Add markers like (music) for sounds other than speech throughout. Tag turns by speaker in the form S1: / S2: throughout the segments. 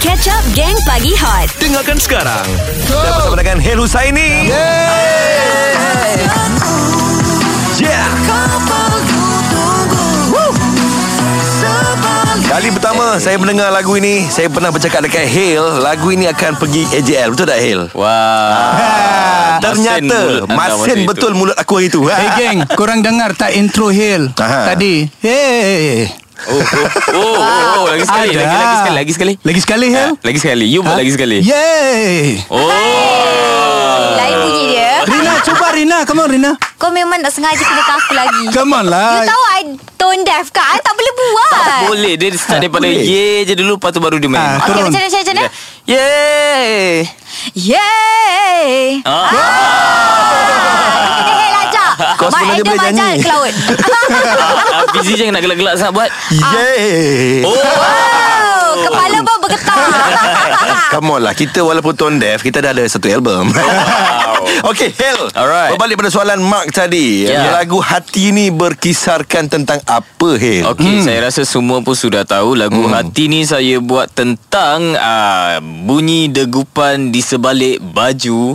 S1: Catch up Gang Pagi Hot
S2: Dengarkan sekarang Dah bersama dengan Hel Husaini Yeay Yeah Woo. Kali pertama saya mendengar lagu ini Saya pernah bercakap dekat Hale Lagu ini akan pergi AJL Betul tak Hale?
S3: Ah, Wah.
S2: Ternyata Masin betul mulut aku hari tu (laughs)
S4: Hey geng, korang dengar tak intro Hill
S2: Aha.
S4: tadi? Hey.
S3: Oh, oh, oh, oh, oh, lagi sekali, lagi, lagi sekali, lagi sekali.
S4: Lagi sekali Hill?
S3: Lagi sekali. You buat lagi sekali.
S2: Ya.
S4: Yay.
S3: Oh.
S1: Lain bunyi dia
S4: Rina, cuba Rina. Come on Rina.
S1: Kau memang nak sengaja kenakan aku lagi
S4: Come on
S1: You
S4: lah.
S1: tahu I tone deaf kan I tak boleh buat
S3: Boleh dia start daripada
S2: boleh.
S3: ye je dulu lepas tu baru dia main.
S4: Ah,
S1: Okay
S4: Turun.
S1: macam mana macam mana, macam mana
S3: Ye.
S1: Yeay
S3: Ah.
S1: Kita dah hel ajak
S2: Kau sebenarnya
S1: Adam
S2: boleh
S1: ajak
S2: nyanyi.
S1: ke laut
S3: Ah, Busy jangan nak gelak-gelak sangat buat.
S2: Yeay
S1: Wow, Kepala pun bergetar
S2: (laughs) Come on lah Kita walaupun tone deaf Kita dah ada satu album (laughs) Okay Hel
S3: Alright.
S2: Berbalik pada soalan Mark tadi
S3: Yeah.
S2: Lagu Hati ni Berkisarkan tentang apa Hel?
S3: Okey, hmm. saya rasa semua pun sudah tahu lagu hmm. Hati ni saya buat tentang uh, bunyi degupan di sebalik baju.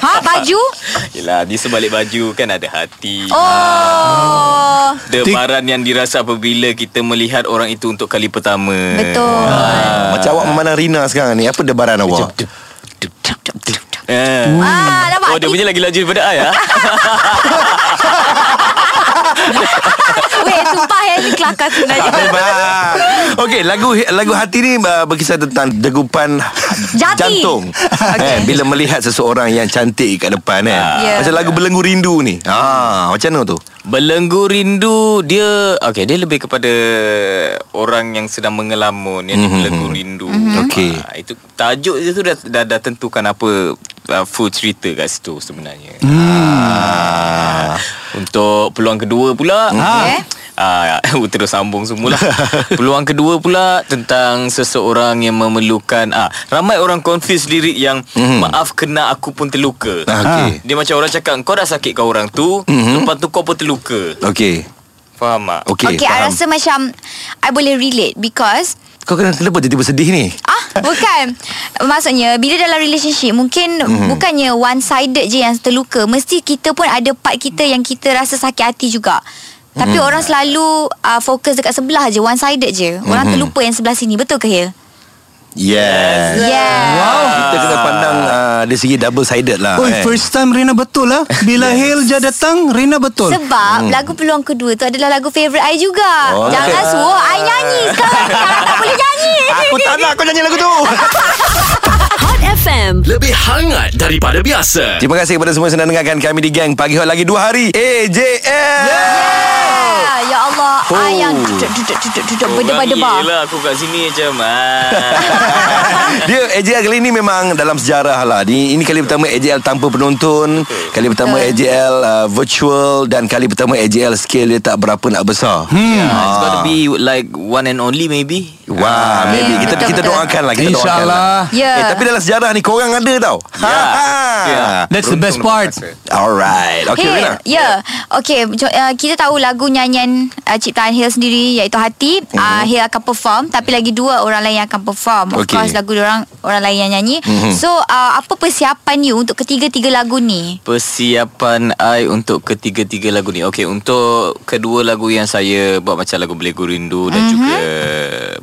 S1: Ha baju
S3: (laughs) Yelah, di sebalik baju kan ada hati.
S1: Oh
S3: Debaran yang dirasa apabila kita melihat orang itu untuk kali pertama. Ah.
S1: Betul
S2: Macam awak memandang Rina sekarang ni Apa debaran awak? (laughs)
S3: Eh.
S1: Ah, nampak
S3: Oh, dia punya lagi laju daripada I
S1: (laughs)
S3: ya.
S1: Weh, sumpah yang ni kelakar sebenarnya.
S2: (laughs) Memang. Okey, lagu lagu hati ni uh, berkisah tentang degupan
S1: Jati.
S2: jantung.
S1: Okey.
S2: Eh, bila melihat seseorang yang cantik kat depan eh.
S1: Ya.
S2: Macam lagu Belenggu Rindu ni. Ah, macam mana tu?
S3: Belenggu rindu dia okey dia lebih kepada orang yang sedang mengelamun yang mm-hmm. dibelenggu rindu. Mm-hmm.
S2: Mhm, Okey.
S3: itu tajuk dia tu dah dah, dah tentukan apa uh, full cerita kat situ sebenarnya.
S2: Hmm.
S3: Ah. Untuk peluang kedua pula
S2: Hmm.
S1: Okey.
S3: Ah, (laughs) terus sambung semula. Peluang kedua pula tentang seseorang yang memerlukan ah ramai orang confuse lirik yang mm-hmm. maaf kena aku pun terluka.
S2: Hmm. Ah, okey.
S3: Dia macam orang cakap kau dah sakit kau orang tu, mm-hmm. lepas tu kau pun terluka.
S2: Okey.
S3: Faham tak?
S2: Mhm. Okey,
S1: Okay, I
S2: faham.
S1: rasa macam I boleh relate because
S2: Kau kena kenapa tiba-tiba sedih ni?
S1: Ah, bukan. Maksudnya bila dalam relationship mungkin
S2: Mhm.
S1: mm-hmm. bukannya one sided je yang terluka. Mesti kita pun ada part kita yang kita rasa sakit hati juga. Tapi
S2: Mhm.
S1: mm. orang selalu uh, fokus dekat sebelah je, one sided je. Orang
S2: Mhm.
S1: mm-hmm. terlupa yang sebelah sini. Betul ke Hil?
S2: Yes.
S1: Yeah.
S2: Wow. Kita kena pandang uh, dari segi double sided lah.
S4: Oi, first time Rina betul lah. Bila Hill je datang, Rina betul.
S1: Sebab hmm. lagu peluang kedua tu adalah lagu favourite I juga.
S2: Oh.
S1: Oh. Jangan suruh I nyanyi
S2: (laughs)
S1: sekarang. Sekarang tak boleh nyanyi.
S2: Aku tak nak kau nyanyi lagu tu.
S5: Hot FM
S6: Lebih hangat daripada biasa
S2: (laughs) Terima kasih kepada semua yang sedang dengarkan kami di Gang Pagi Hot lagi 2 hari. AJL.
S1: Ah, Ya Allah, oh. I yang duduk-duduk-duduk berdebar-debar.
S3: Orang gila lah aku kat sini macam ah.
S2: Dia AJL kali ni memang dalam sejarah lah Ini, ini kali pertama AJL tanpa penonton Kali pertama AJL uh, virtual Dan kali pertama AJL scale dia tak berapa nak besar (laughs) hmm.
S3: Yeah, It's gotta be like one and only maybe.
S2: Wah maybe
S1: Yeah,
S2: Kita
S1: betul,
S2: kita
S1: betul.
S2: doakan lah kita doakan lah.
S4: InsyaAllah.
S1: Ya.
S2: Eh, tapi dalam sejarah ni korang ada tau
S1: Ha.
S3: Ya. Ya.
S4: That's the best part.
S2: Alright Okay
S1: Hey,
S2: Rina
S1: ya. Yeah. Okay, jo- uh, kita tahu lagu nyanyian uh, ciptaan Hil sendiri iaitu Hati. Mm-hmm. Uh, Hil akan perform tapi lagi dua orang lain yang akan perform. Of
S2: Okay.
S1: course lagu orang orang lain yang nyanyi. Mm-hmm. So, uh, apa persiapan you untuk ketiga-tiga lagu ni?
S3: Persiapan I untuk ketiga-tiga lagu ni Okay untuk kedua lagu yang saya buat Macam lagu Belegu Rindu Dan mm-hmm. juga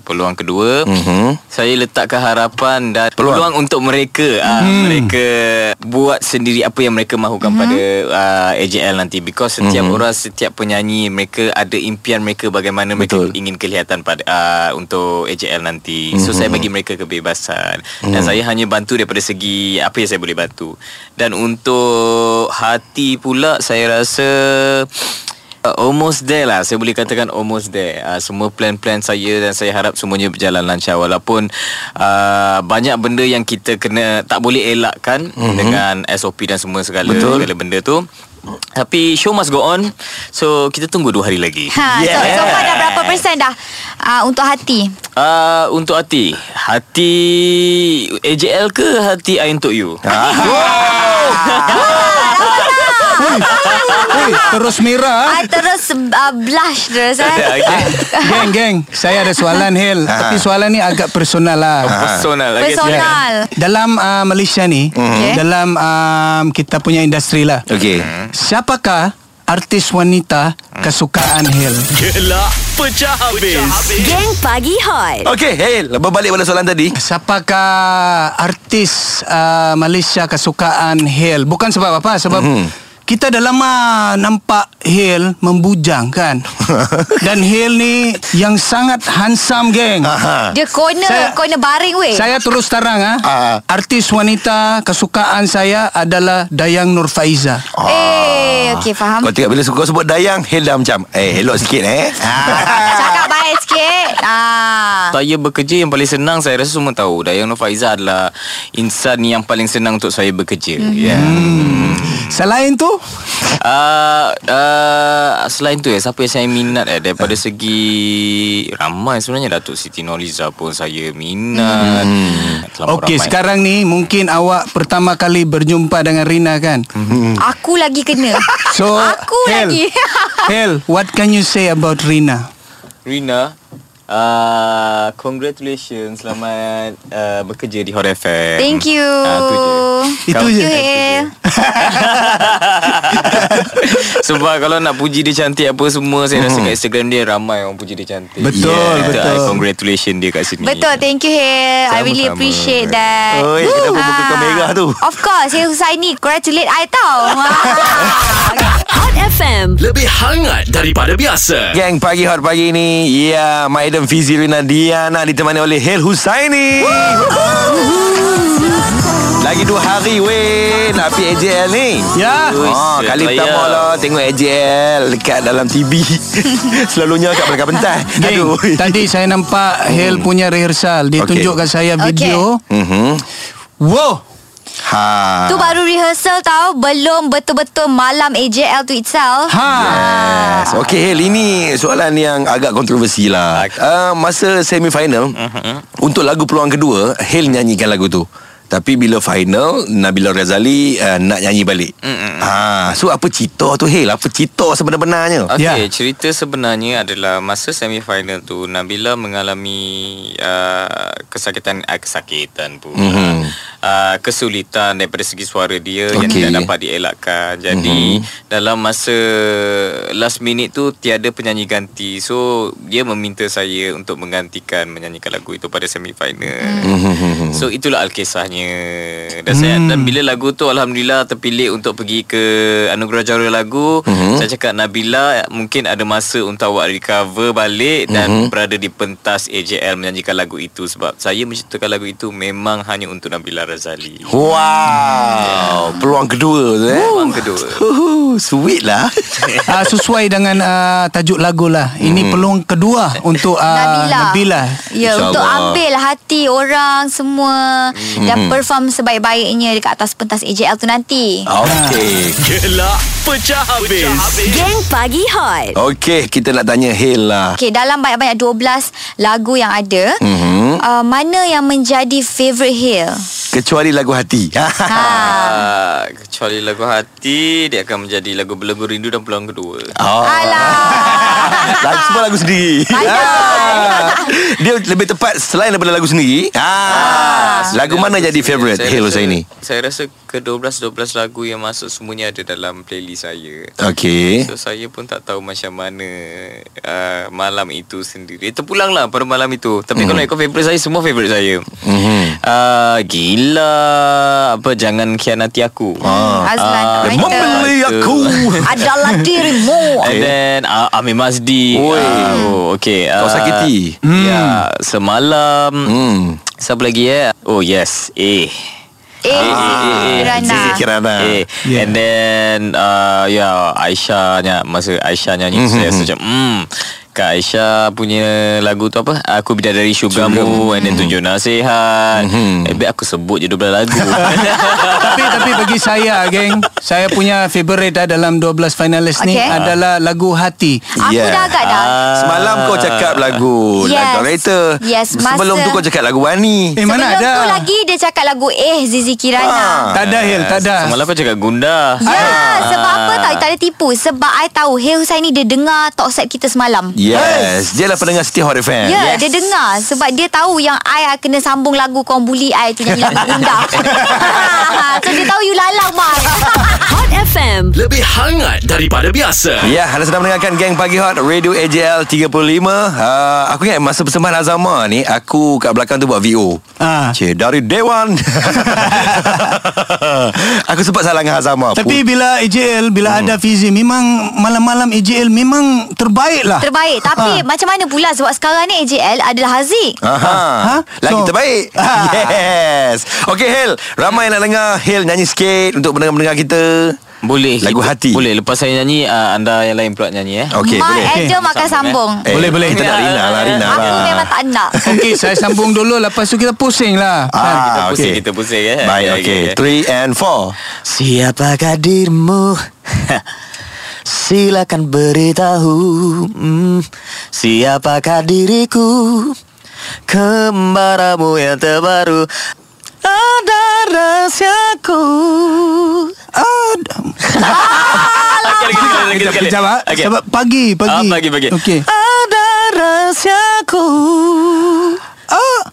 S3: Peluang Kedua mm-hmm. Saya letakkan harapan dan Peluang, peluang untuk mereka mm. uh, Mereka buat sendiri apa yang mereka mahukan mm-hmm. pada uh, AJL nanti Because setiap mm-hmm. orang, setiap penyanyi Mereka ada impian mereka Bagaimana Betul. mereka ingin kelihatan pada uh, Untuk AJL nanti mm-hmm. So saya bagi mereka kebebasan mm-hmm. Dan saya hanya bantu daripada segi Apa yang saya boleh bantu Dan untuk hati pula Saya rasa uh, Almost there lah Saya boleh katakan almost there uh, Semua plan-plan saya Dan saya harap semuanya berjalan lancar Walaupun uh, Banyak benda yang kita kena Tak boleh elakkan mm-hmm. Dengan SOP dan semua segala Betul. Segala benda tu tapi show must go on So kita tunggu dua hari lagi
S1: Ha, yeah. so, so far dah berapa persen dah uh, untuk Hati?
S3: Uh, untuk hati Hati AJL ke hati I untuk you?
S1: Ah, lama tak?
S4: Oi, terus
S1: (laughs)
S4: merah. ah.
S1: Ah, terus uh, blush terus eh.
S3: Ah, (laughs) Okay.
S4: Geng, geng. Saya ada soalan, Hil.
S2: Ah.
S4: Tapi soalan ni agak personal lah.
S3: Personal lagi
S1: Personal.
S2: Ah.
S4: Dalam uh, Malaysia
S2: Mhm.
S4: ni,
S1: Okay.
S4: dalam um, kita punya industri lah.
S2: Okey.
S4: Siapakah artis wanita kesukaan Hil?
S6: Gelak pecah habis.
S5: Gang Pagi Hot.
S2: Okey, Hail. Berbalik pada soalan tadi.
S4: Siapakah artis uh, Malaysia kesukaan Hil? Bukan sebab apa, sebab kita dah lama nampak Hil membujang kan. Dan Hil ni yang sangat handsome geng.
S2: Ah. Ha.
S1: Dia corner
S4: Saya-
S1: corner baring weh.
S4: Saya terus terang ah. Artis wanita kesukaan saya adalah Dayang Nur Faiza.
S1: Eh, okey faham.
S2: Kau tengok bila kau sebut dayang, Hail dah macam, eh, elok sikit eh. (laughs)
S1: Cakap baik sikit. Ah.
S3: Saya bekerja yang paling senang Saya rasa semua tahu Dayang Nur Faiza adalah Insan yang paling senang Untuk saya bekerja mm-hmm. yeah.
S4: Selain tu,
S3: uh, uh, Selain tu eh Siapa yang saya minat eh Daripada segi Ramai sebenarnya Datuk Siti Noriza pun Saya minat mm.
S4: okey sekarang ni mungkin awak pertama kali berjumpa dengan Rina kan.
S1: Aku lagi kena.
S4: So
S1: aku
S4: Hel,
S1: lagi. (laughs)
S4: Hel, what can you say about Rina?
S3: Rina uh, Congratulations Selamat uh, Bekerja di Hot FM
S1: Thank you.
S3: Ah, tu je.
S4: Itu
S3: Kau- kan,
S4: je.
S1: Thank you, Hel.
S3: (laughs) Sebab kalau nak puji dia cantik Apa semua Saya rasa kat Instagram dia Ramai orang puji dia cantik
S4: Hmm. Betul,
S3: Itu
S4: betul.
S3: I congratulations dia kat sini
S1: Betul, thank you Hel. I
S3: Sama-sama.
S1: really appreciate that.
S2: Oi, kenapa muka kau
S1: Ah.
S2: merah tu?
S1: Of course, Hel Husaini congratulate I
S3: (laughs)
S1: tau. Ah.
S5: Hot FM.
S6: Lebih hangat daripada biasa.
S2: Gang pagi hot pagi ni Ya yeah, Maiden Fizi Rina Diana Ditemani oleh Hil Husaini Lagi dua hari weh Nak pergi AJL ni
S4: Ya.
S2: Oh,
S3: Ui,
S2: kali
S3: saya
S2: pertama
S3: tayang.
S2: lah tengok AJL dekat dalam TV. Selalunya kat belakang pentas.
S4: Geng,
S2: Aduh. (laughs)
S4: tadi saya nampak Hel punya rehearsal. Dia
S2: Okey.
S4: tunjukkan saya
S1: Okey.
S4: video.
S2: Mhm.
S4: Wow,
S2: Ha.
S1: Tu
S3: Ah.
S1: baru rehearsal tau Belum betul-betul malam AJL tu itself
S4: Ha.
S2: Yes. Okey Hil Ini soalan yang agak kontroversi lah uh, Masa semi-final
S6: Mhm.
S2: Untuk lagu peluang kedua Hil nyanyikan lagu tu Tapi bila final Nabila Razali uh, Nak nyanyi balik
S6: Mhm.
S2: ha, So apa cerita tu Hil Apa cerita sebenar-benarnya
S3: Okay,
S4: Ya.
S3: yeah. cerita sebenarnya adalah masa semifinal tu Nabila mengalami uh, kesakitan uh, kesakitan pun. Mm-hmm.
S2: Mhm.
S3: Uh, kesulitan daripada segi suara dia okay. yang
S2: Okey.
S3: tidak dapat dielakkan. Jadi mm-hmm. dalam masa last minute tu tiada penyanyi ganti. So dia meminta saya untuk menggantikan menyanyikan lagu itu pada semifinal. Mm-hmm. So itulah alkisahnya. Dan mm. saya dan bila lagu tu alhamdulillah terpilih untuk pergi ke anugerah juara lagu mm-hmm. Saya cakap Nabila Mungkin ada masa untuk awak recover balik Dan mm-hmm. berada di pentas AJL Menyanyikan lagu itu Sebab saya menciptakan lagu itu Memang hanya untuk Nabila Razali
S2: Wow Peluang kedua tu eh
S3: Orang kedua
S2: Uhuh, Sweet
S6: (laughs)
S2: lah
S4: Ah, sesuai dengan ah, tajuk lagu lah. Ini peluang kedua untuk
S2: Ha,
S4: ah,
S1: Nabila.
S4: Nabila.
S1: Ya,
S2: InsyaAllah.
S1: untuk ambil hati orang semua
S3: Mm-hmm.
S1: hmm. dan perform sebaik-baiknya dekat atas pentas AJL tu nanti.
S2: Okey
S6: Gelak pecah habis.
S5: Gang Pagi Hot.
S2: Okey Kita nak tanya Hil lah
S1: Okey, dalam banyak-banyak 12 lagu yang ada,
S2: Mhm.
S1: mm-hmm. uh, mana yang menjadi favourite Hill?
S2: Kecuali lagu hati (laughs)
S1: Ha.
S3: Ah, Kecuali lagu hati Dia akan menjadi lagu Belenggu Rindu dan Peluang Kedua
S2: Oh.
S1: Alah.
S2: Lagu semua lagu sendiri. Ah. Dia lebih tepat selain daripada lagu sendiri. Ah. Lagu mana jadi favorite
S3: Saya
S2: Hello
S3: rasa-
S2: saya ni?
S3: Saya rasa ke-12-12 lagu yang masuk semuanya ada dalam playlist saya
S2: Okey.
S3: So saya pun tak tahu macam mana uh, malam itu sendiri. Terpulang lah pada malam itu. Tapi mm. kalau
S2: Hmm.
S3: ikut favourite saya, semua favourite saya. Mm-hmm.
S2: Mhm.
S3: Uh, gila. Apa, jangan khianati aku. Ah.
S1: Azlan
S3: Ah,
S1: Writer.
S2: Membeli aku.
S1: Oh. Adalah dirimu.
S3: And then uh, Amir Mazdi.
S2: Oi.
S3: Ah, oh, okay.
S2: Kau sakiti.
S3: Ya, yeah, semalam. Mm.
S2: Hmm.
S3: Siapa lagi ya? Oh yes. Eh.
S1: Eh,
S3: eh, eh,
S1: Kirana.
S2: Sisi Kirana.
S3: Eh, yeah. And ya, mm-hmm. then uh, yeah, Aisyah nya masa Aisyah nyanyi mm-hmm. saya rasa macam hmm Kak Aisyah punya lagu tu apa Aku Bidadari Sugarmu And then Tunjuk Nasihat Eh baik aku sebut je 12 (laughs) lagu
S4: (laughs) tapi tapi bagi saya ah, geng, saya punya favorite dah dalam 12 finalis ni
S1: Okay.
S4: adalah lagu Hati.
S1: Aku
S2: Yeah.
S1: dah agak dah
S2: Ah. Semalam kau cakap lagu
S1: Yes.
S2: Lagu Director
S1: Yes,
S2: Sebelum
S1: masa-
S2: tu kau cakap lagu Wani
S4: Eh
S1: Sebelum
S4: mana
S1: tu
S4: ada?
S1: lagi dia cakap lagu Eh Zizi Kirana
S4: Tak ada Hil, tak ada.
S3: Ah, Semalam kau cakap Gunda
S1: Ya
S3: Ah.
S1: Sebab apa tau Tak ada tipu Sebab I tahu Hey Husain ni dia dengar Talk set kita semalam
S2: Yes Dia lah pendengar City Hot FM
S1: Ya yeah, yes. dia dengar Sebab dia tahu Yang I ah kena sambung lagu Korang bully I tu Nyanyi lagu bunda (laughs) So dia tahu you lalang Mai (laughs)
S5: Hot FM.
S6: Lebih hangat daripada biasa
S2: Ya, anda sedang mendengarkan Gang Pagi Hot Radio AJL 35. Uh, aku ingat masa persembahan Azama ni, aku kat belakang tu buat VO.
S4: Ah.
S2: Cik, dari Dewan. (laughs) aku sempat salah dengan Azama.
S4: Tapi bila AJL Bila hmm. ada Fizi Memang malam-malam AJL Memang terbaik lah
S1: Terbaik Tapi
S4: Ha.
S1: macam mana pula Sebab sekarang ni AJL adalah Haziq
S2: Aha.
S4: Ha?
S2: Lagi
S4: So-
S2: terbaik
S4: Ah.
S2: Yes Okay Hil Ramai nak dengar Hil nyanyi sikit Untuk pendengar-pendengar kita
S3: Boleh
S2: Lagu
S3: kita-
S2: hati
S3: Boleh lelepas saya nyanyi ah, Anda yang lain pula nyanyi eh
S2: Okay
S1: Mai
S2: boleh
S1: and Jom akan sambung
S2: Eh,
S4: Boleh, boleh.
S2: Kita nak Rina lah Rina
S1: Aku
S2: lah
S1: memang tak
S2: (laughs)
S1: nak
S4: Okey saya sambung dulu Lepas tu kita pusing lah
S2: Ah,
S3: Kita pusing,
S2: okay.
S3: kita pusing, eh?
S2: Baik,
S3: Okay,
S2: okay.
S3: okay.
S2: Three and four.
S7: Siapakah dirimu? (laughs) Silakan beritahu hmm, Siapakah diriku? Kembaramu yang terbaru Ada rahasiaku
S4: Ah,
S3: Sekali, sekali, sekali,
S4: Kejap,
S3: sekali.
S4: kejap ah.
S3: Okey.
S4: Sebab pagi Pagi
S3: Ah, pagi, pagi.
S4: Okey
S7: Ada rahasiaku
S1: Okay
S4: Ah,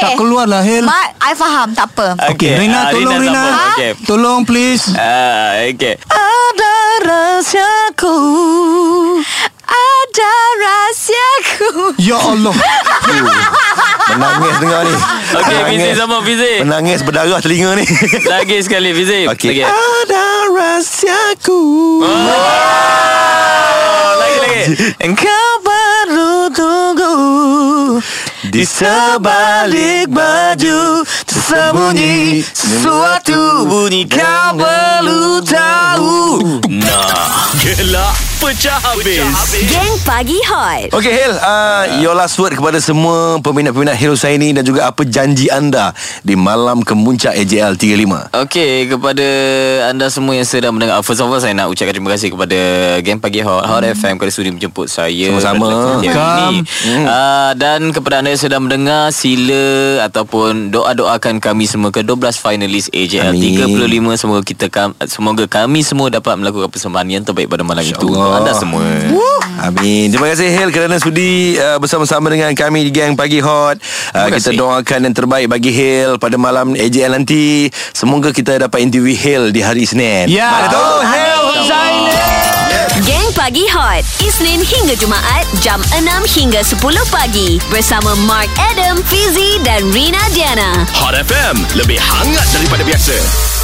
S7: Eh.
S4: Tak keluar lah Hil
S1: Mat I faham Tak
S2: (laughs)
S1: apa
S4: Okey
S3: Okey, ah,
S4: Rina tolong Rina,
S3: sambung. Okey.
S4: Tolong please
S3: Ah, okay.
S7: Ada rahasiaku
S1: Ada rahsiaku
S4: Ya Allah
S2: Menangis dengar ni.
S3: Okay,
S7: Ah.
S2: Menangis.
S3: Fizik sama Fizik.
S2: Menangis berdarah telinga ni.
S3: Lagi sekali Fizik.
S2: Okey.
S3: Lagi.
S2: Ada rahsiaku.
S3: Oh, lagi lagi.
S7: Engkau baru tunggu
S2: Di
S7: Sebalik baju Tersembunyi Sesuatu bunyi kau perlu tahu
S6: Gelak pecah habis
S5: Geng Pagi Hot.
S2: Okay Hil,
S7: Ya.
S2: uh, your last word kepada semua peminat-peminat Hil Husaini dan juga apa janji anda di malam kemuncak AJL 35.
S3: Okey, kepada anda semua yang sedang mendengar First of all, saya nak ucapkan terima kasih kepada Game Pagi Hot Hot FM Kerana sudi menjemput
S2: Hmm.
S3: saya
S2: Sama-sama. Hmm.
S3: Pada setiap hari ini. Ah, Dan kepada anda yang sedang mendengar Sila ataupun doa-doakan kami semua ke 12 finalis AJL
S2: Amin.
S3: 35 Semoga kita kam- semoga kami semua dapat melakukan persembahan yang terbaik pada malam itu Untuk
S2: Allah.
S3: anda semua
S2: Amin. Terima kasih Hil kerana sudi uh, bersama-sama dengan kami di Gang Pagi Hot. Uh,
S3: Terima
S2: kita
S3: kasih.
S2: doakan yang terbaik bagi Hil pada malam AJL nanti. Semoga kita dapat interview Hil di hari Isnin.
S4: Ya
S2: Mana tahu
S4: Hil
S5: Geng Pagi Hot. Isnin hingga Jumaat jam 6 hingga 10 pagi bersama Mark Adam, Fizi dan Rina Diana.
S6: Hot FM Lebih hangat daripada biasa